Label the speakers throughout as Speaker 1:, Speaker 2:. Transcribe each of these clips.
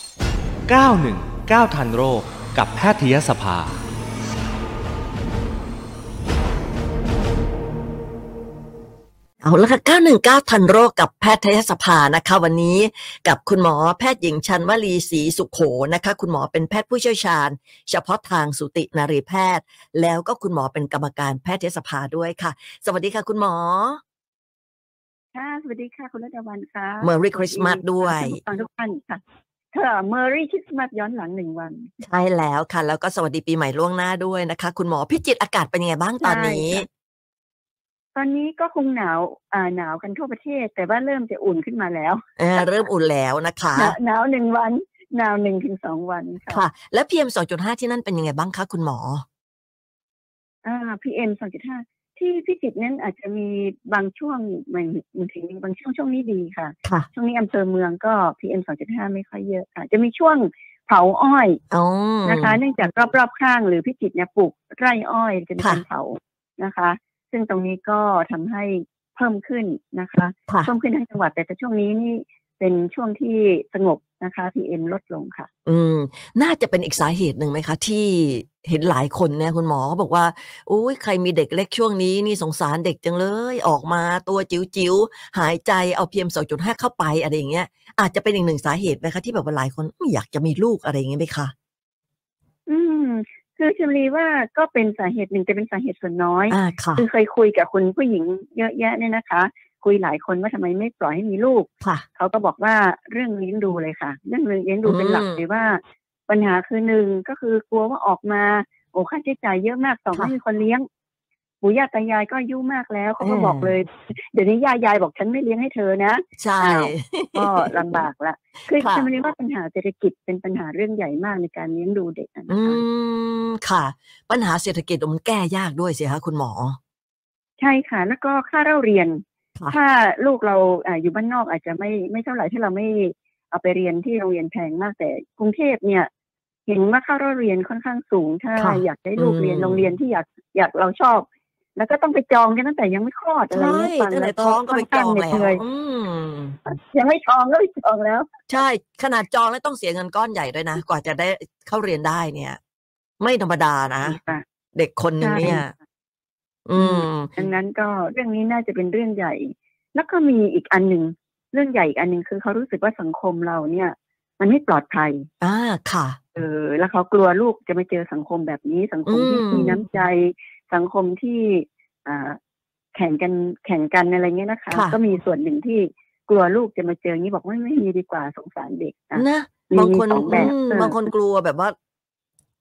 Speaker 1: 919 ทันโรคกับแพทยสภา
Speaker 2: เอาละค่ะ 919 ทันโรคกับแพทยสภานะคะ วันนี้กับคุณหมอแพทย์หญิงชันวลีศรีสุขโขนะคะ คุณหมอเป็นแพทย์ผู้เชี่ยวชาญ เฉพาะทางสูตินารีแพทย์ แล้วก็คุณหมอเป็นกรรมการแพทยสภาด้วยค่ะ สวัสดีค่ะ คุณหมอ
Speaker 3: ค่ะ สวัสดีค่ะ คุณรัตวันค่ะ
Speaker 2: Merry Christmas ด้วย
Speaker 3: สสดีค่ะท่านผู้ฟังทุกท่านค่ะค่ะเมอรี่คริสต์มาสย้อนหลังหนึ่งวัน
Speaker 2: ใช่แล้วค่ะ แล้วก็สวัสดีปีใหม่ล่วงหน้าด้วยนะคะ คุณหมอพิจิตรอากาศเป็นยังไงบ้างตอนนี้
Speaker 3: ใช่ค่ะ ตอนนี้ก็คงหนาวอ่าหนาวกันทั่วประเทศ แต่ว่าเริ่มจะอุ่นขึ้นมาแล้ว
Speaker 2: เออเริ่มอุ่นแล้วนะคะ
Speaker 3: หนาวหนาวหนึ่งวันหนาวหนึ่งถึงสองวันค่ะ
Speaker 2: ค่ะ แล้ว PM 2.5 ที่นั่นเป็นยังไงบ้างคะคุณหมอ
Speaker 3: อ่าพีเอ็มสองจุดห้าที่พิจิตรนั้นอาจจะมีบางช่วงเหมือนเหมือนถึงบางช่วงช่วงนี้ดีค่ะ
Speaker 2: ค่ะ
Speaker 3: ช่วงนี้อำเภอเมืองก็พีเอ็มสองจุดห้าไม่ค่อยเยอะค่ะ จะมีช่วงเผาอ้อย
Speaker 2: อ๋อ
Speaker 3: นะคะเนื่องจากรอบๆข้างหรือพิจิตรเนี่ยปลูกไร่อ้อยจะมี
Speaker 2: ค่ะ
Speaker 3: การเผานะคะ ซึ่งตรงนี้ก็ทำให้เพิ่มขึ้นนะคะ
Speaker 2: ค่ะ
Speaker 3: เพิ่มขึ้นทั้งจังหวัดแต่ช่วงนี้นี่เป็นช่วงที่สงบนะคะ PM ลดลงค่ะ
Speaker 2: อืม น่าจะเป็นอีกสาเหตุหนึ่งไหมคะ ที่เห็นหลายคนเนี่ยคุณหมอเขาบอกว่าอุ้ยใครมีเด็กเล็กช่วงนี้นี่สงสารเด็กจังเลย ออกมาตัวจิ๋วจิ๋วๆหายใจเอาพีเอ็มสองจุดห้าเข้าไปอะไรอย่างเงี้ยอาจจะเป็นอีกหนึ่งสาเหตุไหมคะที่แบบว่าหลายคนไม่อยากจะมีลูกอะไรอย่างเงี้ยไหมคะ
Speaker 3: อืมคือชมรีว่าก็เป็นสาเหตุหนึ่งแต่เป็นสาเหตุส่วนน้อย
Speaker 2: อ่าค่ะ
Speaker 3: คือเคยคุยกับคนผู้หญิงเยอะแยะเนี่ยนะคะ คุยหลายคนว่าทำไมไม่ปล่อยให้มีลูก
Speaker 2: ค่ะ
Speaker 3: เขาก็บอกว่าเรื่องเลี้ยงดูเลยค่ะ เรื่องเลี้ยงดูเป็นหลัก
Speaker 2: อืม
Speaker 3: เลยว่า ปัญหาคือหนึ่งก็คือกลัวว่าออกมาโอ้ค่าใช้จ่ายเยอะมากสอง
Speaker 2: ค่ะ
Speaker 3: ไม่มีคนเลี้ยงปู่ย่าตายายก็อายุมากแล้วเขาก็
Speaker 2: เออ
Speaker 3: บอกเลย เดี๋ยวนี้ย่ายายบอกฉันไม่เลี้ยงให้เธอ นะ
Speaker 2: ใช่
Speaker 3: อ้าว ก็ลำบากละคือ
Speaker 2: ค่ะ
Speaker 3: จะมาเรียกว่าปัญหาเศรษฐกิจเป็นปัญหาเรื่องใหญ่มากในการเลี้ยงดูเด็กอะนะ
Speaker 2: อื
Speaker 3: คะ
Speaker 2: มค่ะ ปัญหาเศรษฐกิจมันแก้ยากด้วยสิคะคุณหมอ
Speaker 3: ใช่ค่ะ แล้วก็ค่าเล่าเรียน
Speaker 2: ค่ะ
Speaker 3: ถ้าลูกเราอ่าอยู่บ้านนอกอาจจะไม่ไม่เท่าไหร่ถ้าเราไม่เอาไปเรียนที่โรงเรียนแพงมากแต่กรุงเทพเนี่ย เห็นว่าค่าเล่าเรียนค่อนข้างสูง ถ้า
Speaker 2: ค่ะ
Speaker 3: อยากได้ลูกเรียน
Speaker 2: อืม
Speaker 3: โรงเรียนที่อยากอยากเราชอบ แล้วก็ต้องไปจองกันตั้งแต่ยังไม่คลอดอะไร
Speaker 2: ใช่
Speaker 3: เงี้ยฟั
Speaker 2: ตั้งแต่
Speaker 3: แล้ว
Speaker 2: ท้องก็ไปจอง
Speaker 3: ค่น
Speaker 2: แล้
Speaker 3: ข้า
Speaker 2: ว
Speaker 3: เหนื่อย
Speaker 2: อืม
Speaker 3: ยังไม่ท้องก็ไปจองแล้ว
Speaker 2: ใช่ขนาดจองแล้วต้องเสียเงินก้อนใหญ่ด้วยนะ กว่าจะได้เข้าเรียนได้เนี่ย ไม่ธรรมดานะ เด็กคนหนึ่งเนี่ย
Speaker 3: ใช่
Speaker 2: อืม
Speaker 3: ดังนั้นก็เรื่องนี้น่าจะเป็นเรื่องใหญ่ แล้วก็มีอีกอันหนึ่งเรื่องใหญ่อีกอันหนึ่งคือเขารู้สึกว่าสังคมเราเนี่ย มันไม่ปลอดภัย
Speaker 2: อ่าค่ะ
Speaker 3: เออแล้วเขากลัวลูกจะไปเจอสังคมแบบนี้ สังคมที่
Speaker 2: อืม
Speaker 3: มีน้ำใจ สังคมที่อ่าแข่งกันแข่งกันอะไรเงี้ยนะคะ
Speaker 2: ค่ะ
Speaker 3: ก็มีส่วนหนึ่งที่กลัวลูกจะมาเจออย่างนี้บอกว่าไม่มีดีกว่าสงสารเด็กอ่ะ
Speaker 2: นะ
Speaker 3: มี
Speaker 2: บางคน
Speaker 3: มีสองแบบ
Speaker 2: อื
Speaker 3: เออบ
Speaker 2: มางคนกลัวแบบว่า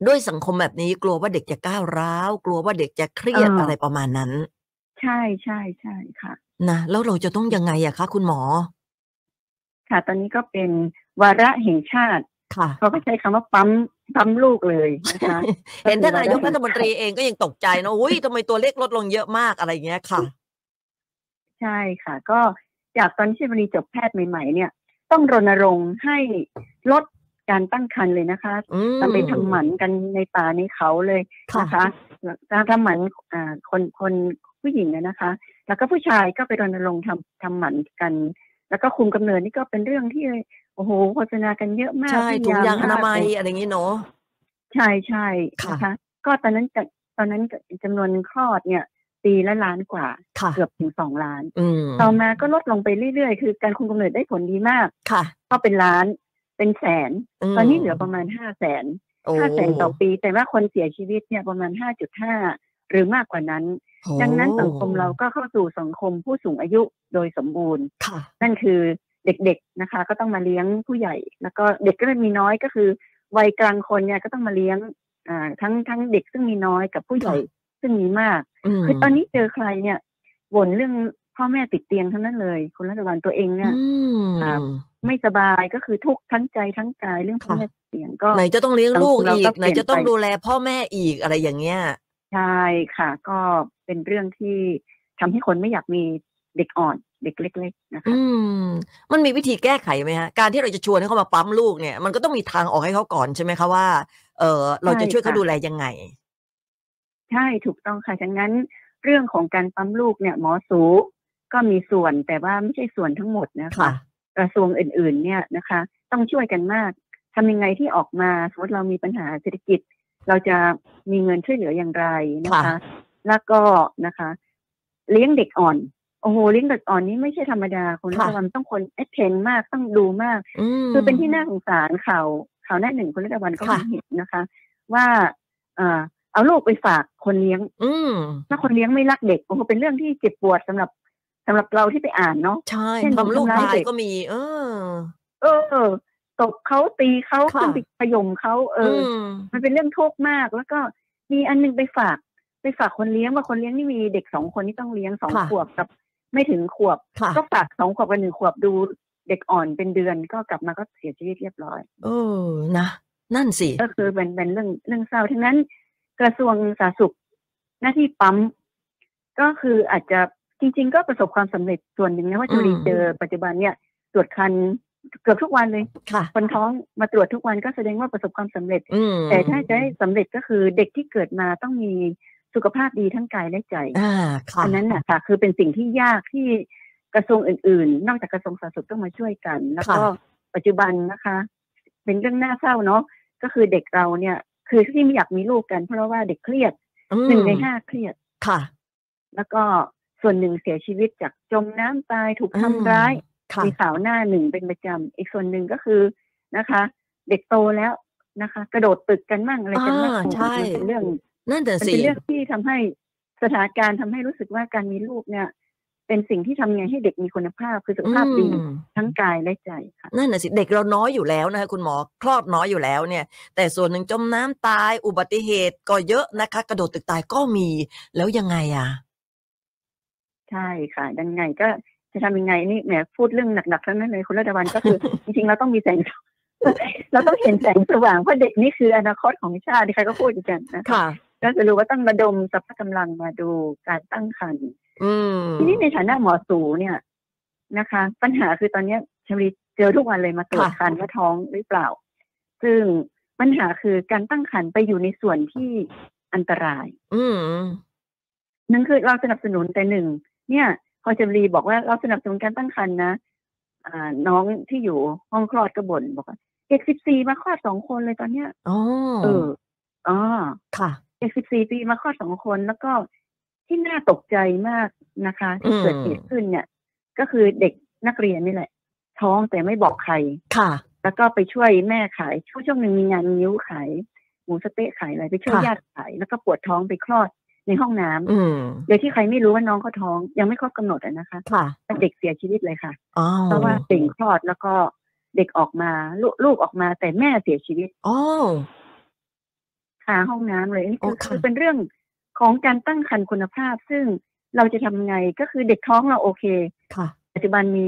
Speaker 2: ด้วยสังคมแบบนี้กลัวว่าเด็กจะก้าวร้าว กลัวว่าเด็กจะเครียด
Speaker 3: อ่า
Speaker 2: อะไรประมาณนั้น
Speaker 3: ใช่ใช่ใช่ค่ะ
Speaker 2: นะแล้วเราจะต้องยังไงอะคะคุณหมอ
Speaker 3: ค่ะ ตอนนี้ก็เป็นวาระแห่งชาติ
Speaker 2: ค่ะ
Speaker 3: เขาก็ใช้คำว่าปั๊มปั๊มลูกเลยนะคะ
Speaker 2: เห็นท่าน
Speaker 3: ก็
Speaker 2: นา
Speaker 3: คื
Speaker 2: ย
Speaker 3: อวาระ
Speaker 2: กรัฐมนตรีเองก็ยังตกใจนะอุ้ยทำไมตัวเลขลดลงเยอะมากอะไรอย่างเงี้ยค่ะ
Speaker 3: ใช่ค่ะ ก็จากตอนที่ชิบรีจบแพทย์ใหม่ๆ เนี่ย ต้องรณรงค์ให้ลดการตั้งครรภ์เลยนะคะ
Speaker 2: อืม
Speaker 3: มันไปทำหมันกันในป่าในเขาเลย
Speaker 2: ค่ะ
Speaker 3: นะคะการทำหมันอ่าคนคนผู้หญิงอะนะคะ แล้วก็ผู้ชายก็ไปรณรงค์ทำทำหมันกัน แล้วก็คุมกำเนิดนี่ก็เป็นเรื่องที่โอ้โหโฆษณากันเยอะมาก
Speaker 2: ใช่ถุงยางอ
Speaker 3: พ
Speaker 2: นามัย
Speaker 3: เล
Speaker 2: อะไรอย่างงี้เนาะ
Speaker 3: ใช่ใช่
Speaker 2: ค่ะ
Speaker 3: นะคะ ก็ตอนนั้นจะตอนนั้นจำนวนคลอดเนี่ย ปีละล้านกว่า
Speaker 2: ค่ะ
Speaker 3: เกือบถึงสองล้าน
Speaker 2: อืม
Speaker 3: ต่อมาก็ลดลงไปเรื่อยๆ คือการคุมกำเนิดได้ผลดีมาก
Speaker 2: ค่ะ
Speaker 3: ก็เป็นล้านเป็นแสน
Speaker 2: ม
Speaker 3: ตอนนี้เหลือประมาณห้าแสน
Speaker 2: โอ้
Speaker 3: ห้าแสนต่อปี แต่ว่าคนเสียชีวิตเนี่ยประมาณ 5.5 หรือมากกว่านั้น
Speaker 2: โอ้
Speaker 3: ดังนั้นสังคมเราก็เข้าสู่สังคมผู้สูงอายุโดยสมบูรณ์
Speaker 2: ค่ะ
Speaker 3: นั่นคือเด็กๆนะคะ ก็ต้องมาเลี้ยงผู้ใหญ่ แล้วก็เด็กก็มีน้อยก็คือ วัยกลางคนเนี่ยก็ต้องมาเลี้ยงอ่าทั้งทั้งเด็กซึ่งมีน้อยกับผู้ใหญ่ซึ่งมีมาก
Speaker 2: ม
Speaker 3: คือตอนนี้เจอใครเนี่ยบ่นเรื่องพ่อแม่ติดเตียงทั้งนั้นเลยคุณรัตวันตัวเองเนี่ย
Speaker 2: อืม
Speaker 3: อ่า ไม่สบายก็คือทุกข์ทั้งใจทั้งกายเรื่องพ่อ
Speaker 2: ค่ะ
Speaker 3: แม่ติดเตียงก็
Speaker 2: ไหนจะต้องเลี้ยงลูก
Speaker 3: เรา
Speaker 2: อี
Speaker 3: ก็
Speaker 2: ก
Speaker 3: เปลี่ยนไป
Speaker 2: ไหนจะต้องดูแลพ่อแม่อีกอะไรอย่างเงี้ย
Speaker 3: ใช่ค่ะ ก็เป็นเรื่องที่ทำให้คนไม่อยากมีเด็กอ่อนเด็กเล็ก ๆ นะคะ
Speaker 2: อืม มันมีวิธีแก้ไขไหมฮะ การที่เราจะชวนให้เขามาปั๊มลูกเนี่ย มันก็ต้องมีทางออกให้เขาก่อนใช่ไหมคะว่า เออเราจะช่วยเขา
Speaker 3: ใช่ค่ะ
Speaker 2: ดูแลยังไง
Speaker 3: ใช่ถูกต้องค่ะฉะนั้นเรื่องของการปั๊มลูกเนี่ยหมอสูก็มีส่วนแต่ว่าไม่ใช่ส่วนทั้งหมดนะคะ
Speaker 2: ค่ะ
Speaker 3: กระทรวงอื่นๆ เนี่ยนะคะ ต้องช่วยกันมากท ทำยังไงที่ออกมาสมมติเรามีปัญหาเศรษฐกิจ เราจะมีเงินช่วยเหลืออย่างไรนะคะ
Speaker 2: ค่ะ
Speaker 3: แล้วก็นะคะ เลี้ยงเด็กอ่อนโอ้โหเลี้ยงเด็กอ่อนนี่ไม่ใช่ธรรมดาคุณรั
Speaker 2: ค่ะ
Speaker 3: ตวันต้องคนเอเทนมากต้องดูมาก
Speaker 2: ม
Speaker 3: คือเป็นที่น่าสงสารข่าวข่าวหน้าหนึ่งคุณรัตวันก็
Speaker 2: ค่ะ
Speaker 3: เห็นนะคะ ว่าเอ่อเอาลูกไปฝากคนเลี้ยง
Speaker 2: อืม
Speaker 3: ถ้าคนเลี้ยงไม่รักเด็กโอ้โหเป็นเรื่องที่เจ็บปวดสำหรับสำหรับเราที่ไปอ่านเนาะ
Speaker 2: ใช่
Speaker 3: เช่น
Speaker 2: ทำลูก
Speaker 3: ทำร้าย
Speaker 2: ตาย
Speaker 3: เด็ก
Speaker 2: ก็มี เออ
Speaker 3: เออตบเขาตีเขา
Speaker 2: ค่ะ
Speaker 3: ขึ้นไปพยมเขาเอออ
Speaker 2: ม
Speaker 3: มันเป็นเรื่องทุกข์มาก แล้วก็มีอันหนึงไปฝาก ไปฝากคนเลี้ยงว่าคนเลี้ยงนี่มีเด็กสองคนที่ต้องเลี้ยงสอง
Speaker 2: ค่ะ
Speaker 3: ขวบกับ ไม่ถึงขวบ
Speaker 2: ค่ะ
Speaker 3: ก็ฝากสองขวบกับหนึ่งขวบดูเด็กอ่อนเป็นเดือนก็กลับมาก็เสียชีวิตเรียบร้อย
Speaker 2: เออนะ นั่นสิ
Speaker 3: ก็คือเป็นเป็นเรื่องเรื่องเศร้าทั้งนั้น กระทรวงสาธารณสุขหน้าที่ปั๊ม ก็คืออาจจะจริง ๆ ก็ประสบความสำเร็จส่วนหนึ่งนะว่าจุลิน
Speaker 2: อืม
Speaker 3: เจอปัจจุบันเนี่ย ตรวจคันเกือบทุกวันเลย
Speaker 2: ค่ะ
Speaker 3: คนท้องมาตรวจทุกวันก็แสดงว่าประสบความสำเร็จ
Speaker 2: อืม
Speaker 3: แต่ถ้าจะให้สำเร็จก็คือเด็กที่เกิดมาต้องมีสุขภาพดีทั้งกายและใจ
Speaker 2: อ่าค่ะ
Speaker 3: อันนั้นน่ะค่ะ คือเป็นสิ่งที่ยากที่กระทรวงอื่นๆ นอกจากกระทรวงสาธารณสุขต้องมาช่วยกัน แล้วก็ปัจจุบันนะคะ เป็นเรื่องน่าเศร้าเนาะก็คือเด็กเราเนี่ย คือที่ไม่อยากมีลูกกัน เพราะว่าเด็กเครียด
Speaker 2: อืม
Speaker 3: หนึ่งในห้าเครียด
Speaker 2: ค่ะ
Speaker 3: แล้วก็ส่วนหนึ่งเสียชีวิตจากจมน้ำตายถูก
Speaker 2: อืม
Speaker 3: ทำร้าย
Speaker 2: ค่ะ
Speaker 3: มีสาวหน้าหนึ่งเป็นประจำอีกส่วนหนึ่งก็คือนะคะ เด็กโตแล้วนะคะ กระโดดตึกกันมั่งอะไรกันมั่ง
Speaker 2: อ่า
Speaker 3: โอ้โห
Speaker 2: ใช่
Speaker 3: มันเป็นเรื่อง
Speaker 2: นั่นแต่
Speaker 3: มัน
Speaker 2: สิ
Speaker 3: เป็นเรื่องที่ทำให้สถานการณ์ทำให้รู้สึกว่าการมีลูกเนี่ย เป็นสิ่งที่ทำไงให้เด็กมีคุณภาพคือสุขภาพดี
Speaker 2: อืม
Speaker 3: ทั้งกายและใจค่ะ
Speaker 2: นั่นน่ะสิเด็กเราน้อยอยู่แล้วนะคะคุณหมอคลอดน้อยอยู่แล้วเนี่ย แต่ส่วนหนึ่งจมน้ำตายอุบัติเหตุก็เยอะนะคะ กระโดดตึกตายก็มีแล้วยังไงอ่ะ
Speaker 3: ใช่ค่ะ ดังไงก็จะทำยังไงนี่แหมพูดเรื่องหนักๆทั้งนั้นเลยคุณรัตวันก็ คือ จริงๆเราต้องมีแสง เราต้องเห็นแสงสว่างเพราะเด็กนี่คืออนาคตของชาติใครก็พูดกันนะ
Speaker 2: ค่ะ
Speaker 3: ก็จะรู้ว่าต้องระดมสรรพกำลังมาดูการตั้งครรภ์
Speaker 2: อืม
Speaker 3: ทีนี้ในฐานะหมอสูเนี่ยนะคะ ปัญหาคือตอนเนี้ยชลีเจอทุกวันเลยมาตรวจ
Speaker 2: ค่ะ
Speaker 3: คันว่าท้องหรือเปล่า ซึ่งปัญหาคือการตั้งครรภ์ไปอยู่ในส่วนที่อันตราย
Speaker 2: อืม
Speaker 3: หนั่นคือเราสนับสนุนแต่หนึ่งเนี่ย พอชลีบอกว่าเราสนับสนุนการตั้งครรภ์นะอ่าน้องที่อยู่ห้องคลอดก็บ่นบอกว่าเด็กสิบสี่มาคลอดสองคนเลยตอนเนี้ย
Speaker 2: อ๋อ
Speaker 3: เอออ๋อ
Speaker 2: ค่ะ
Speaker 3: เด็กสิบสี่ปีมาคลอดสองคนแล้วก็ที่น่าตกใจมากนะคะที่
Speaker 2: อืม
Speaker 3: เกิดเหตุขึ้นเนี่ย ก็คือเด็กนักเรียนนี่แหละ ท้องแต่ไม่บอกใคร
Speaker 2: ค่ะ
Speaker 3: แล้วก็ไปช่วยแม่ขายช่วงช่วงหนึ่งมีงานนิ้วขายหมูสะเต๊ะขายอะไรไปช่วย
Speaker 2: ค่ะ
Speaker 3: ญาติขายแล้วก็ปวดท้องไปคลอดในห้องน้ำ
Speaker 2: อืม
Speaker 3: โดยที่ใครไม่รู้ว่าน้องเขาท้อง ยังไม่ครบกำหนดอะนะคะ
Speaker 2: ค่ะ
Speaker 3: แต่เด็กเสียชีวิตเลยค่ะ
Speaker 2: อ๋อ
Speaker 3: เพราะว่าเด็กคลอดแล้วก็เด็กออกมาลกลูกออกมาแต่แม่เสียชีวิต
Speaker 2: อ๋อ
Speaker 3: คาห้องน้ำเลยนี่
Speaker 2: โอ้
Speaker 3: คือ
Speaker 2: ค่ะ
Speaker 3: คือเป็นเรื่องของการตั้งครรภ์คุณภาพ ซึ่งเราจะทำไงก็คือเด็กท้องเราโอเค
Speaker 2: ค่ะ
Speaker 3: ปัจจุบันมี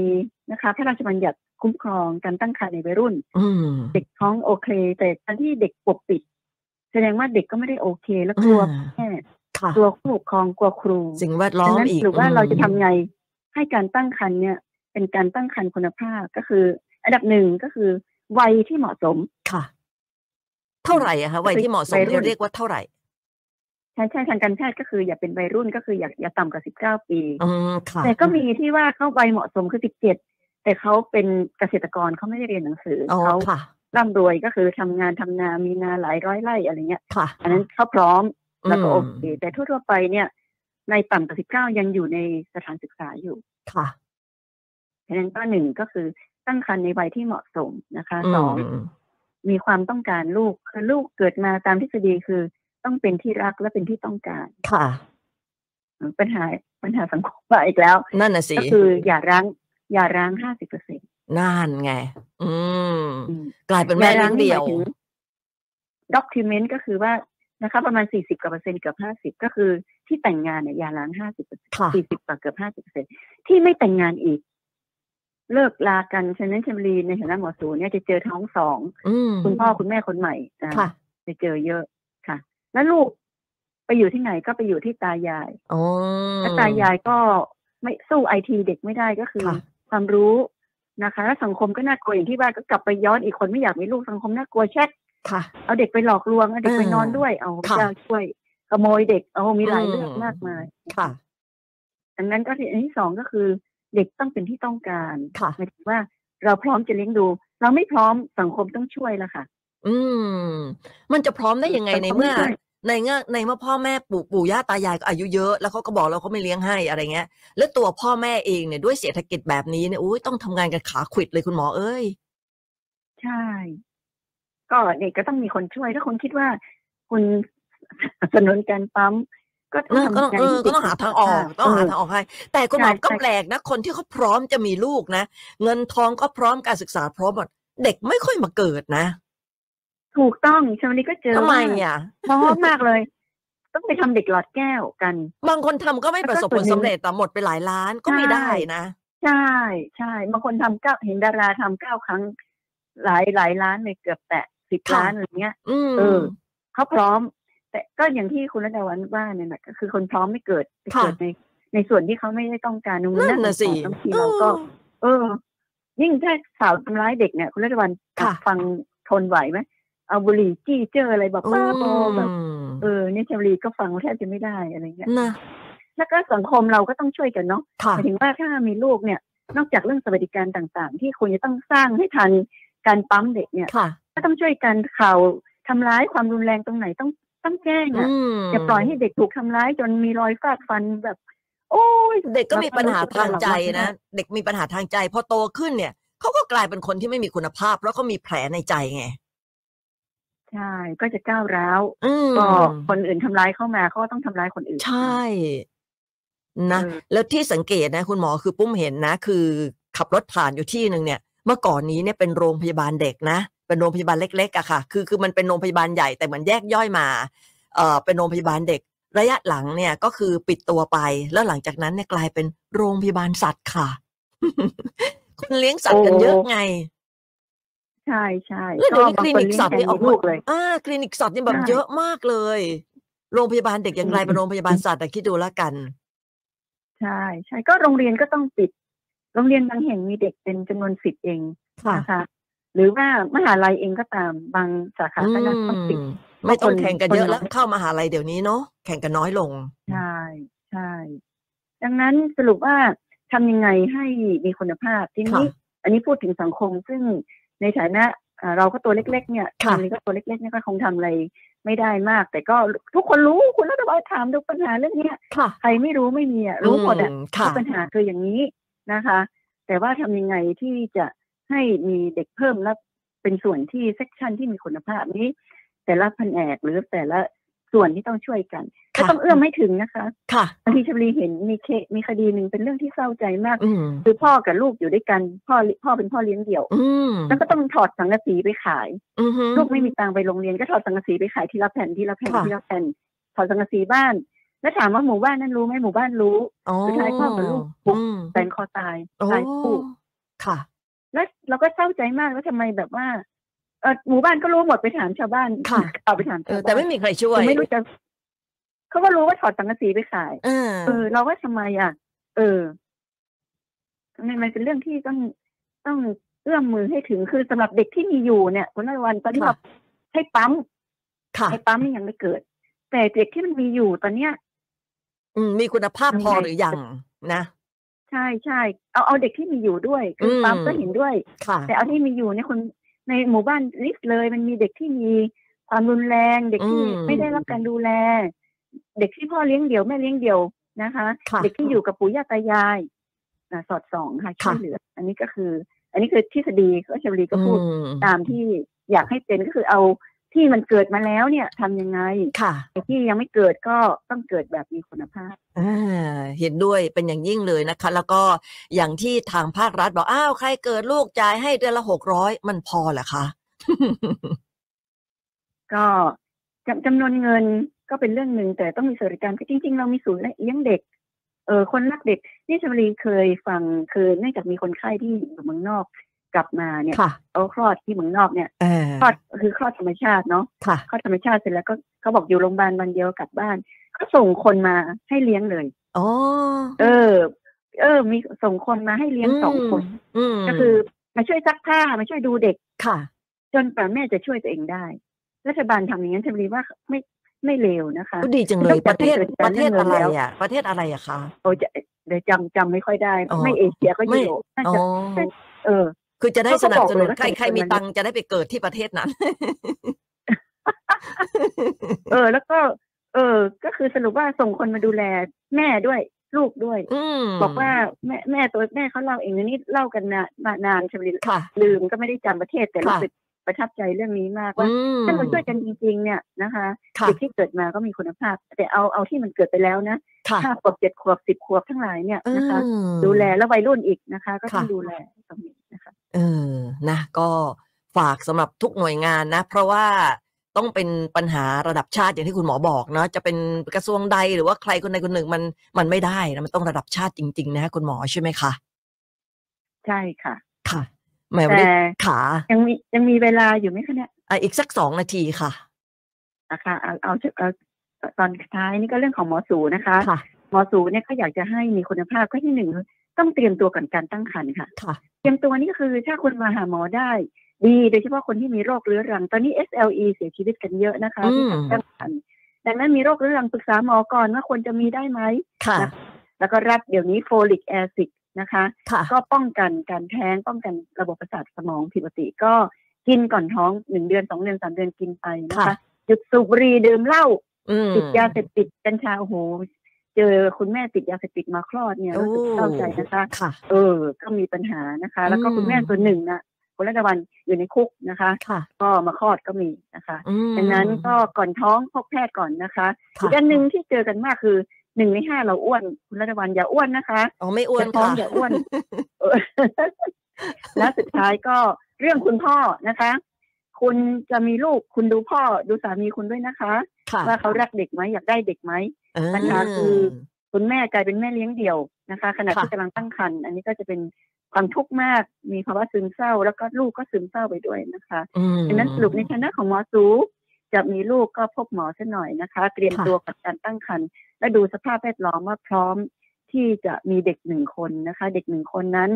Speaker 3: นะคะพระราชบัญญัติคุ้มครองการตั้งครรภ์ในวัยรุ่น
Speaker 2: อืม
Speaker 3: เด็กท้องโอเค แต่การที่เด็กปกปิด แสดงว่าเด็กก็ไม่ได้โอเค แล้วกลัว
Speaker 2: อ่า
Speaker 3: แม่
Speaker 2: ค่ะ
Speaker 3: กลัวผู้ปกครองกลัวครู
Speaker 2: สิ่งแวดล้อม
Speaker 3: นั้น
Speaker 2: อีก
Speaker 3: หรือว่าเราจะทำ
Speaker 2: อืม
Speaker 3: ไงให้การตั้งครรภ์เนี่ย เป็นการตั้งครรภ์คุณภาพก็คือ อันดับหนึ่งก็คือวัยที่เหมาะสม
Speaker 2: ค่ะ เท่าไหร่อะคะวัยที่เหมาะสม
Speaker 3: วัยรุ่น
Speaker 2: เนี่ยเรียกว่าเท่าไหร่
Speaker 3: ใช่ใช่ทางการแพทย์ก็คืออย่าเป็นวัยรุ่นก็คืออย่าอย่าต่ำกว่าสิบเก้าปี
Speaker 2: อืมค่ะ
Speaker 3: แต่ก็มีที่ว่าเขาใบเหมาะสมคือ 17 แต่เขาเป็นเกษตรกรเขาไม่ได้เรียนหนังสือ
Speaker 2: อ๋อ
Speaker 3: เขา
Speaker 2: ค่ะ
Speaker 3: ร่ำรวยก็คือทำงานทำนา มีนาหลายร้อยไร่อะไรเงี้ย
Speaker 2: ค่ะ
Speaker 3: อันนั้นเขาพร้อมแล้วก็โอเค
Speaker 2: ม
Speaker 3: แต่ทั่วๆไปเนี่ย ในต่ำกว่า 19 ยังอยู่ในสถานศึกษาอยู่
Speaker 2: ค่ะ
Speaker 3: ฉะนั้นก็หนึ่งก็คือตั้งครรภ์ในวัยที่เหมาะสมนะคะสอง
Speaker 2: ม
Speaker 3: มีความต้องการลูกคือลูกเกิดมาตามทฤษฎีคือต้องเป็นที่รักและเป็นที่ต้องการ
Speaker 2: ค่ะ
Speaker 3: ปัญหาปัญหาสังคมมาอีกแล้ว
Speaker 2: นั่นน่ะสิ
Speaker 3: ก็คืออย่าร้างอย่าร้าง 50%เปอร์เซ็นต์
Speaker 2: นั่นไง อืม กลายเป็น
Speaker 3: อ
Speaker 2: แม่
Speaker 3: ย่า
Speaker 2: เลี้
Speaker 3: ร้าย ง
Speaker 2: ง
Speaker 3: นี่
Speaker 2: เดี่
Speaker 3: ห
Speaker 2: ย
Speaker 3: มาว ยถึงด็อกิเมนต์ก็คือว่านะคะ ประมาณ 40 กว่าเปอร์เซ็นต์เกือบ 50 ก็คือที่แต่งงานเนี่ยอย่าร้าง 50%เปอร์เซ็นต์
Speaker 2: ค่ะ
Speaker 3: สี่สิบกว่าเกือบ 50เปอร์เซ็นต์ที่ไม่แต่งงานอีก เลิกลากันฉะนั้นชมรีในฐานะหมอสูเนี่ยจะเจอท้องสอง
Speaker 2: อืม
Speaker 3: คุณพ่อคุณแม่คนใหม่อ่า
Speaker 2: ค่ะ
Speaker 3: จะเจอเยอะค่ะ แล้วลูกไปอยู่ที่ไหนก็ไปอยู่ที่ตายาย
Speaker 2: อ๋อ
Speaker 3: และตายายก็ไม่สู้ไอทีเด็กไม่ได้ก็คือ
Speaker 2: ค่ะ
Speaker 3: ความรู้นะคะ และสังคมก็น่ากลัวอย่างที่ว่าก็กลับไปย้อนอีกคนไม่อยากมีลูกสังคมน่ากลัวแชท
Speaker 2: ค่ะ
Speaker 3: เอาเด็กไปหลอกลวงเอาเด็กไปนอนด้วยเอา
Speaker 2: ค่ะ
Speaker 3: เจ้าช่วยขโมยเด็กเอามีหลาย
Speaker 2: อืม
Speaker 3: เรื่องมากมาย
Speaker 2: ค่ะ
Speaker 3: ดังนั้นก็ที่อันที่สองก็คือ เด็กต้องเป็นที่ต้องการ
Speaker 2: ค่ะ
Speaker 3: หมายถึงว่าเราพร้อมจะเลี้ยงดู เราไม่พร้อมสังคมต้องช่วยละค่ะ
Speaker 2: อืม มันจะพร้อมได้ยังไง
Speaker 3: แต่
Speaker 2: ใน
Speaker 3: เขา
Speaker 2: เมื่อ
Speaker 3: ไม่ได้
Speaker 2: ในเมื่อในเมื่อพ่อแม่ปู่ปู่ย่าตายายก็อายุเยอะแล้วเขาก็บอกเราเขาไม่เลี้ยงให้อะไรเงี้ย แล้วตัวพ่อแม่เองเนี่ยด้วยเศรษฐกิจแบบนี้เนี่ยอุ้ยต้องทำงานกันขาขวิดเลยคุณหมอเอ้ย
Speaker 3: ใช่ ก็เด็กก็ต้องมีคนช่วย ถ้าคุณคิดว่า คุณสนุนการปั๊มก็ต้
Speaker 2: เอ
Speaker 3: อง
Speaker 2: อก็ต้องเออก็ต้
Speaker 3: ทำใจ
Speaker 2: องหาทางออก ต้องหา
Speaker 3: เ
Speaker 2: ทางออกให้ แต่คุณหมอ
Speaker 3: ใช่
Speaker 2: ก็
Speaker 3: ใช่
Speaker 2: แปลกนะ คนที่เขาพร้อมจะมีลูกนะ เงินทองก็พร้อมการศึกษาพร้อมหมดเด็กไม่ค่อยมาเกิดนะ
Speaker 3: ถูกต้องชาวนี้ก็เจอ
Speaker 2: ทำไม
Speaker 3: ว่า
Speaker 2: อ่ะ
Speaker 3: พร้อมมากเลย ต้องไปทำเด็กหลอดแก้วกัน
Speaker 2: บางคนทำก็ไม่ประสบผลสำเร็จแต่หมดไปหลายล้านก็ไม่ได้นะ
Speaker 3: ใช่ ใช่บางคนทำเก้าเห็นดาราทำเก้าครั้ง หลายหลายล้านเลยเกือบแตะสิบ
Speaker 2: ค่ะ
Speaker 3: ล้านอะไรเงี้ย
Speaker 2: อืม
Speaker 3: เออ เขาพร้อม แต่ก็อย่างที่คุณรัตดาวันว่าเนี่ยนะก็คือคนพร้อมไม่เกิดไปเกิดในในส่วนที่เขาไม่ได้ต้องการตรง
Speaker 2: นั่นน่ะสิ
Speaker 3: บางทีเราก็
Speaker 2: เออ
Speaker 3: เออ ยิ่งถ้าสาวทำร้ายเด็กเนี่ย คุณรัตดาวัน
Speaker 2: ค่ะ
Speaker 3: ฟังทนไหวไหมเอาบุหรี่จี้เจออะไรแบบ
Speaker 2: อื
Speaker 3: บ้าบอแบบ
Speaker 2: ม
Speaker 3: เออเนี่ยชาวลีก็ฟังแทบจะไม่ได้อะไรเงี้ย
Speaker 2: นะ
Speaker 3: แล้วก็สังคมเราก็ต้องช่วยกันเนาะ
Speaker 2: ค่ะ
Speaker 3: หมายถึงว่าถ้ามีลูกเนี่ย นอกจากเรื่องสวัสดิการต่างๆ ที่ควรจะต้องสร้างให้ทันการปั๊มเด็กเนี่ย
Speaker 2: ค่ะ
Speaker 3: ก็ต้องช่วยกันข่าวทำร้ายความรุนแรงตรงไหนต้องต้องแจ้ง
Speaker 2: อื
Speaker 3: อ่ะ
Speaker 2: ม
Speaker 3: อย่าปล่อยให้เด็กถูกทำร้ายจนมีรอยฟาดฟันแบบ โอ้ย
Speaker 2: เด็กก็มีปัญหาทางใจ
Speaker 3: เราก็รู้สึกว่าเรารับไม่ได้
Speaker 2: นะ เด็กมีปัญหาทางใจพอโตขึ้นเนี่ยเขาก็กลายเป็นคนที่ไม่มีคุณภาพ แล้วก็มีแผลในใจไง
Speaker 3: ใช่ก็จะก้าวร้าว
Speaker 2: อืม
Speaker 3: ก็คนอื่นทำร้ายเข้ามาเขาก็ต้องทำร้ายคนอื่น
Speaker 2: ใช่ นะ
Speaker 3: เออ
Speaker 2: แล้วที่สังเกตนะ คุณหมอคือปุ้มเห็นนะ คือขับรถผ่านอยู่ที่หนึ่งเนี่ย เมื่อก่อนนี้เนี่ยเป็นโรงพยาบาลเด็กนะ เป็นโรงพยาบาลเล็กๆอะค่ะ คือคือมันเป็นโรงพยาบาลใหญ่แต่เหมือนแยกย่อยมา เอ่อเป็นโรงพยาบาลเด็ก ระยะหลังเนี่ยก็คือปิดตัวไป แล้วหลังจากนั้นเนี่ยกลายเป็นโรงพยาบาลสัตว์ค่ะ คนเลี้ยงสัตว์กันเยอะไง
Speaker 3: ใช่ใช่
Speaker 2: แล้วเดี๋ยวนี้คลินิก
Speaker 3: เลี้ย
Speaker 2: สัต
Speaker 3: ง
Speaker 2: ว์
Speaker 3: แท
Speaker 2: นี่
Speaker 3: น
Speaker 2: ออกมา
Speaker 3: ลูกเลย
Speaker 2: อ่าคลินิกสัตว์นี่แบบ
Speaker 3: ใช่
Speaker 2: เยอะมากเลย โรงพยาบาลเด็กยังไงเป็น
Speaker 3: อืม
Speaker 2: โรงพยาบาลสัตว์แต่คิดดูแล้วกัน
Speaker 3: ใช่ใช่ก็โรงเรียนก็ต้องปิด โรงเรียนบางแห่งมีเด็กเป็นจำนวนสิบเอง
Speaker 2: ค่ะ
Speaker 3: นะคะหรือว่ามหาลัยเองก็ตามบางสาขาก็น่าจะต้องปิด
Speaker 2: มไม่ต้อง
Speaker 3: คน
Speaker 2: แข่งกันเยอะ
Speaker 3: คนน้อย
Speaker 2: แล้วเข้ามหาลัยเดี๋ยวนี้เนาะแข่งกันน้อยลง
Speaker 3: ใช่ใช่ดังนั้นสรุปว่าทำยังไงให้มีคุณภาพทีนี้
Speaker 2: ค่ะ
Speaker 3: อันนี้พูดถึงสังคม ซึ่งในฐานะเอ่อเราก็ตัวเล็ก ๆ เนี่ย
Speaker 2: ค่ะ
Speaker 3: ทำนี้ก็ตัวเล็กๆเนี่ยก็คงทำอะไรไม่ได้มาก แต่ก็ทุกคนรู้คุณรัฐบาลถามดูปัญหาเรื่องเนี้ย
Speaker 2: ค่ะ
Speaker 3: ใครไม่รู้ไม่มีอะรู้หมดอะ
Speaker 2: ค่ะ
Speaker 3: ปัญหาคืออย่างนี้นะคะ แต่ว่าทำยังไงที่จะให้มีเด็กเพิ่มและเป็นส่วนที่เซกชันที่มีคุณภาพนี้ แต่ละแผนกหรือแต่ละส่วนที่ต้องช่วยกัน
Speaker 2: ค่ะ
Speaker 3: ก็ต้องเอื้อมให้ถึงนะคะ
Speaker 2: ค่ะ
Speaker 3: บางทีชมรีเห็นมีเคมีคดีหนึ่งเป็นเรื่องที่เศร้าใจมาก
Speaker 2: อืม
Speaker 3: คือพ่อกับลูกอยู่ด้วยกันพ่อพ่อเป็นพ่อเลี้ยงเดี่ยว
Speaker 2: อืม
Speaker 3: แล้วก็ต้องถอดสังกะสีไปขาย
Speaker 2: อือฮึ
Speaker 3: ลูกไม่มีตังค์ไปโรงเรียนก็ถอดสังกะสีไปขายทีละแผ่นทีละแผ่น
Speaker 2: ค่ะ
Speaker 3: ทีละแผ่นถอดสังกะสีบ้าน แล้วถามว่าหมู่บ้านนั้นรู้ไหมหมู่บ้านรู้
Speaker 2: อ๋อ
Speaker 3: สุดท้ายพ่อกับลูกปุ๊บ
Speaker 2: อืม
Speaker 3: แฟนคอตาย
Speaker 2: โอ้
Speaker 3: ตายคู่
Speaker 2: ค่ะ
Speaker 3: แล้วเราก็เศร้าใจมากแล้วทำไมแบบว่าเออหมู่บ้านก็รู้หมดไปถามชาวบ้าน
Speaker 2: ค่ะ
Speaker 3: เอาไปถาม
Speaker 2: เอ
Speaker 3: ชาว
Speaker 2: อ
Speaker 3: บ้าน
Speaker 2: แต่ไม่มีใครช่วย
Speaker 3: คือไม่รู้จะเขาก็รู้ว่าถอดสังกะสีไปขาย
Speaker 2: เออ
Speaker 3: เออ เราว่าทำไมอ่ะ เออมันมันเป็นเรื่องที่ต้องต้องเอื้อมมือให้ถึงคือสำหรับเด็กที่มีอยู่เนี่ยคุณนวันตอนที่
Speaker 2: ค่ะ
Speaker 3: เราให้ปั๊ม
Speaker 2: ค่ะ
Speaker 3: ให้ปั๊มนี่ยังไม่เกิด แต่เด็กที่มันมีอยู่ตอนเนี้ย
Speaker 2: อืมมีคุณภาพพอ
Speaker 3: ยังไง
Speaker 2: หรือยังนะ
Speaker 3: ใช่ใช่เอาเอาเด็กที่มีอยู่ด้วยคืออ
Speaker 2: ม
Speaker 3: ปั๊มก็เห็นด้วย
Speaker 2: ค่ะ
Speaker 3: แต่เอาที่มีอยู่เนี่ยคนในหมู่บ้านลิสต์เลย มันมีเด็กที่มีความรุนแรงเด็กที่
Speaker 2: อืม
Speaker 3: ไม่ได้รับการดูแล เด็กที่พ่อเลี้ยงเดี่ยวแม่เลี้ยงเดี่ยวนะคะ
Speaker 2: ค่ะ
Speaker 3: เด็กที่อยู่กับปู่ย่าตายายอ่ะสอดส่องค่ะช่
Speaker 2: ค่ะ
Speaker 3: วยเหลือ อันนี้ก็คือ อันนี้คือทฤษฎีก็เชลรีก็พูด
Speaker 2: อืม
Speaker 3: ตามที่อยากให้เป็นก็คือเอาที่มันเกิดมาแล้วเนี่ยทำยังไง
Speaker 2: ค่ะ
Speaker 3: ไอ้ที่ยังไม่เกิดก็ต้องเกิดแบบมีคุณภาพ
Speaker 2: อ่าเห็นด้วยเป็นอย่างยิ่งเลยนะคะ แล้วก็อย่างที่ทางภาครัฐบอกอ้าวใครเกิดลูกจ่ายให้เดือนละหกร้อยมันพอเหรอคะ
Speaker 3: ก็จำจำนวนเงินก็เป็นเรื่องหนึ่งแต่ต้องมีสวัสดิการคือจริง ๆ เรามีศูนย์เลี้ยงเด็ก เออคนรักเด็กนี่ชมรีเคยฟังคือเนื่องจากมีคนไข้ที่อยู่เมืองนอกกลับมาเนี่ย
Speaker 2: ค่ะ
Speaker 3: เขาคลอดที่เมืองนอกเนี่ย
Speaker 2: เออ
Speaker 3: คลอดคือคลอดธรรมชาติเนาะ
Speaker 2: ค่ะ
Speaker 3: คลอดธรรมชาติเสร็จแล้วก็เขาบอกอยู่โรงพยาบาลวันเดียวกลับบ้านก็ส่งคนมาให้เลี้ยงเลย
Speaker 2: อ๋อ
Speaker 3: เออ เออ มีส่งคนมาให้เลี้ยงสองคน
Speaker 2: อืม
Speaker 3: ก็คือมาช่วยซักผ้ามาช่วยดูเด็ก
Speaker 2: ค่ะ
Speaker 3: จนกว่าแม่จะช่วยตัวเองได้ รัฐบาลทำอย่างนั้นชมรีว่าไม่ไม่เลวนะคะ
Speaker 2: ก็ดีจังเลยป
Speaker 3: ต้อ
Speaker 2: ระ
Speaker 3: งจั
Speaker 2: เท
Speaker 3: ด
Speaker 2: ศ
Speaker 3: ให้เกิด
Speaker 2: ป
Speaker 3: การ
Speaker 2: ระเทศ
Speaker 3: เรื่อ
Speaker 2: อะ
Speaker 3: ง
Speaker 2: ไร
Speaker 3: เงินแล้ว
Speaker 2: อ่ะ ประเทศอะไรอะคะ
Speaker 3: โอ้จะเดี๋ยวจำจำไม่ค่อยได้
Speaker 2: อ๋อ
Speaker 3: ไม่เอเชียก็ยุโรปน่า
Speaker 2: อ๋อ
Speaker 3: จะเออ
Speaker 2: คือจะได้ส
Speaker 3: เขาก็
Speaker 2: นับบ
Speaker 3: อ
Speaker 2: ส
Speaker 3: ก
Speaker 2: นุ
Speaker 3: เลย
Speaker 2: น
Speaker 3: ว่า
Speaker 2: ใครใคร
Speaker 3: ใครเป็น
Speaker 2: มีตังค์จะได้ไปเกิดที่ประเทศนั้น
Speaker 3: เออ แล้วก็ เออ ก็คือสรุปว่าส่งคนมาดูแลแม่ด้วย ลูกด้วย
Speaker 2: อืม
Speaker 3: บอกว่าแม่แม่ตัวแม่เขาเล่าเองนะนี่เล่ากันนะมานานใช่ไหม
Speaker 2: ค่ะ
Speaker 3: ลืมก็ไม่ได้จำประเทศแต่
Speaker 2: ค่ะ
Speaker 3: รู้สึกประทับใจเรื่องนี้มากว่า
Speaker 2: อืม
Speaker 3: ถ้าเราช่วยกันจริง ๆ เนี่ยนะคะ
Speaker 2: ค่ะ
Speaker 3: เด็กที่เกิดมาก็มีคุณภาพ แต่เอาเอาที่มันเกิดไปแล้วนะ
Speaker 2: ค่ะ
Speaker 3: ห้าขวบเจ็ดขวบสิบขวบทั้งหลายเนี่ยนะคะ
Speaker 2: อืม
Speaker 3: ดูแลแล้ววัยรุ่นอีกนะคะ ก็ต้อง
Speaker 2: ค่ะ
Speaker 3: ดูแลตรงนี้นะคะ
Speaker 2: เออ นะ ก็ฝากสำหรับทุกหน่วยงานนะ เพราะว่าต้องเป็นปัญหาระดับชาติอย่างที่คุณหมอบอกเนาะ จะเป็นกระทรวงใดหรือว่าใครคนใดคนหนึ่งมันมันไม่ได้นะ มันต้องระดับชาติจริง ๆ นะคุณหมอใช่ไหมคะ
Speaker 3: ใช่ค่ะ
Speaker 2: ค่ะแหมวัน
Speaker 3: แต่
Speaker 2: นี้ขา
Speaker 3: ยังมียังมีเวลาอยู่ไหมคะเนี่ย
Speaker 2: อ่ะอีกสักสองนาทีค่ะ
Speaker 3: นะคะเอาเอาเอาเอาตอนท้ายนี่ก็เรื่องของหมอสูนะคะ
Speaker 2: ค่ะ
Speaker 3: หมอสูเนี่ยก็อยากจะให้มีคุณภาพข้อที่หนึ่งคือต้องเตรียมตัวก่อนการตั้งครรภ์ค่ะ
Speaker 2: ค่ะ
Speaker 3: เตรียมตัวนี่ก็คือถ้าคนมาหาหมอได้ ดีโดยเฉพาะคนที่มีโรคเรื้อรัง ตอนนี้ SLE เสียชีวิตกันเยอะนะคะ
Speaker 2: อืม
Speaker 3: ที่การตั้งครรภ์ดังนั้นมีโรคเรื้อรังปรึกษาหมอก่อนว่าควรจะมีได้ไหม
Speaker 2: ค่ะ
Speaker 3: นะ แล้วก็รับเดี๋ยวนี้โฟลิกแอซิดนะคะ
Speaker 2: ค่ะ
Speaker 3: ก็ป้องกันการแท้งป้องกันระบบประสาทสมองผิดปกติก็กินก่อนท้องหนึ่งเดือนสองเดือนสามเดือนกินไปนะ
Speaker 2: ค่ะ
Speaker 3: คะหยุดสูบบุหรี่ดื่มเหล้า
Speaker 2: อืม
Speaker 3: ติดยาเสพติดกัญชาโอ้โหเจอคุณแม่ติดยาเสพติดมาคลอดเนี่ย
Speaker 2: โอ้
Speaker 3: รู้สึกเศร้าใจนะคะ
Speaker 2: ค่ะ
Speaker 3: เออ ก็มีปัญหานะคะ แล้วก็
Speaker 2: อืม
Speaker 3: คุณแม่ตัวหนึ่งนะคนรัตวันอยู่ในคุกนะคะ
Speaker 2: ค่ะ
Speaker 3: ก็มาคลอดก็มีนะคะ
Speaker 2: อืม
Speaker 3: ดังนั้นก็ก่อนท้องพบแพทย์ก่อนนะคะ
Speaker 2: ค่ะ
Speaker 3: อีกอันหนึ่งที่เจอกันมากคือหนึ่งในห้าเราอ้วนคุณรัตวันอย่าอ้วนนะคะ
Speaker 2: อ๋อไม่อ้วน
Speaker 3: จะท้อง
Speaker 2: ค่ะ
Speaker 3: อย่าอ้วน เอ อ และสุดท้ายก็เรื่องคุณพ่อนะคะ คุณจะมีลูกคุณดูพ่อดูสามีคุณด้วยนะคะ
Speaker 2: ค่ะ
Speaker 3: ว่าเขารักเด็กไหมอยากได้เด็กไหม ปัญหาคือ
Speaker 2: ม
Speaker 3: คุณแม่กลายเป็นแม่เลี้ยงเดี่ยวนะคะ ขณะ
Speaker 2: ค่ะ
Speaker 3: ที่กำลังตั้งครรภ์อันนี้ก็จะเป็นความทุกข์มากมีภาวะซึมเศร้า แล้วก็ลูกก็ซึมเศร้าไปด้วยนะคะ
Speaker 2: อืม
Speaker 3: ดังนั้นสรุปในฐานะของหมอสูจะมีลูกก็พบหมอซะหน่อยนะคะ เตรียม
Speaker 2: ค่ะ
Speaker 3: ตัวกับการตั้งครรภ์และดูสภาพแวดล้อมว่าพร้อมที่จะมีเด็กหนึ่งคนนะคะ เด็กหนึ่งคนนั้น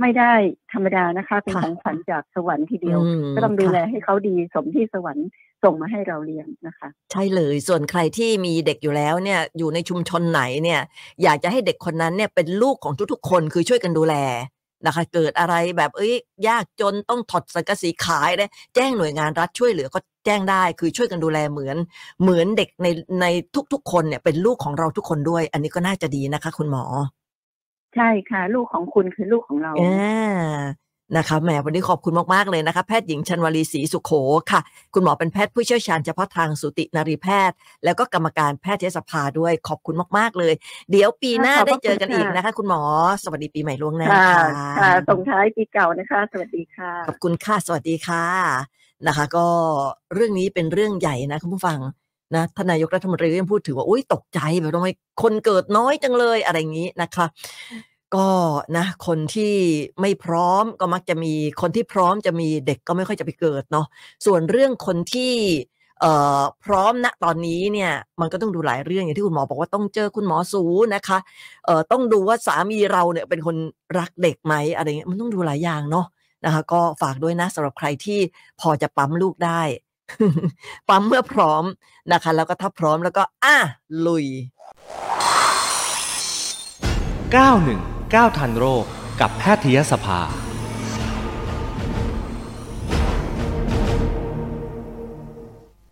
Speaker 3: ไม่ได้ธรรมดานะคะ เป็นของขวัญจากสวรรค์ทีเดียว
Speaker 2: ม
Speaker 3: ก็ต้องดู
Speaker 2: ค่ะ
Speaker 3: แลให้เขาดีสมที่สวรรค์ส่งมาให้เราเลี้ยงนะคะ
Speaker 2: ใช่เลย ส่วนใครที่มีเด็กอยู่แล้วเนี่ย อยู่ในชุมชนไหนเนี่ย อยากจะให้เด็กคนนั้นเนี่ยเป็นลูกของทุกๆ คน คือช่วยกันดูแลนะคะ เกิดอะไรแบบเอ้ยยากจนต้องถอดสังกะสีขายเลยแจ้งหน่วยงานรัฐช่วยเหลือก็แจ้งได้ คือช่วยกันดูแลเหมือน เหมือนเด็กในในทุกๆ คนเนี่ยเป็นลูกของเราทุกคนด้วย อันนี้ก็น่าจะดีนะคะ คุณหมอ
Speaker 3: ใช่ค่ะ ลูกของคุณคือลูกของเรา
Speaker 2: อ่านะคะแหมวันนี้ขอบคุณมาก ๆ เลยนะคะ แพทย์หญิงชันวลีศรีสุโขค่ะ คุณหมอเป็นแพทย์ผู้เชี่ยวชาญเฉพาะทางสูตินารีแพทย์ แล้วก็กรรมการแพทยสภาด้วยขอบคุณมาก ๆ เลย เดี๋ยวปีหน้า
Speaker 3: ค่ะขอบพ
Speaker 2: ได้
Speaker 3: ระ
Speaker 2: เจอกัน
Speaker 3: คุณ
Speaker 2: อีก
Speaker 3: ค่ะ
Speaker 2: นะคะ คุณหมอ สวัสดีปีใหม่ล่วงหน้า
Speaker 3: ค่ะ
Speaker 2: ค่ะ
Speaker 3: ค่ะส่งท้ายปีเก่านะคะ สวัสดีค่ะ
Speaker 2: ขอบคุณค่ะ สวัสดีค่ะนะคะ ก็เรื่องนี้เป็นเรื่องใหญ่นะคุณผู้ฟังนะทานนายกรัฐมนตรีก็ยังพูดถึงว่าอุ้ยตกใจแบบทำไมคนเกิดน้อยจังเลยอะไรอย่างนี้นะคะ ก็นะคนที่ไม่พร้อมก็มักจะมีคนที่พร้อมจะมีเด็กก็ไม่ค่อยจะไปเกิดเนาะส่วนเรื่องคนที่เอ่อพร้อมณตอนนี้เนี่ยมันก็ต้องดูหลายเรื่องอย่างที่คุณหมอบอกว่าต้องเจอคุณหมอสูนะคะเอ่อต้องดูว่าสามีเราเนี่ยเป็นคนรักเด็กไหมอะไรเงี้ยมันต้องดูหลายอย่างเนาะ นะคะก็ฝากด้วยนะสำหรับใครที่พอจะปั๊มลูกได้ ปั๊มเมื่อพร้อมนะคะ แล้วก็ถ้าพร้อมแล้วก็อ่ะลุย
Speaker 1: 919ทันโรคกับแพทยสภา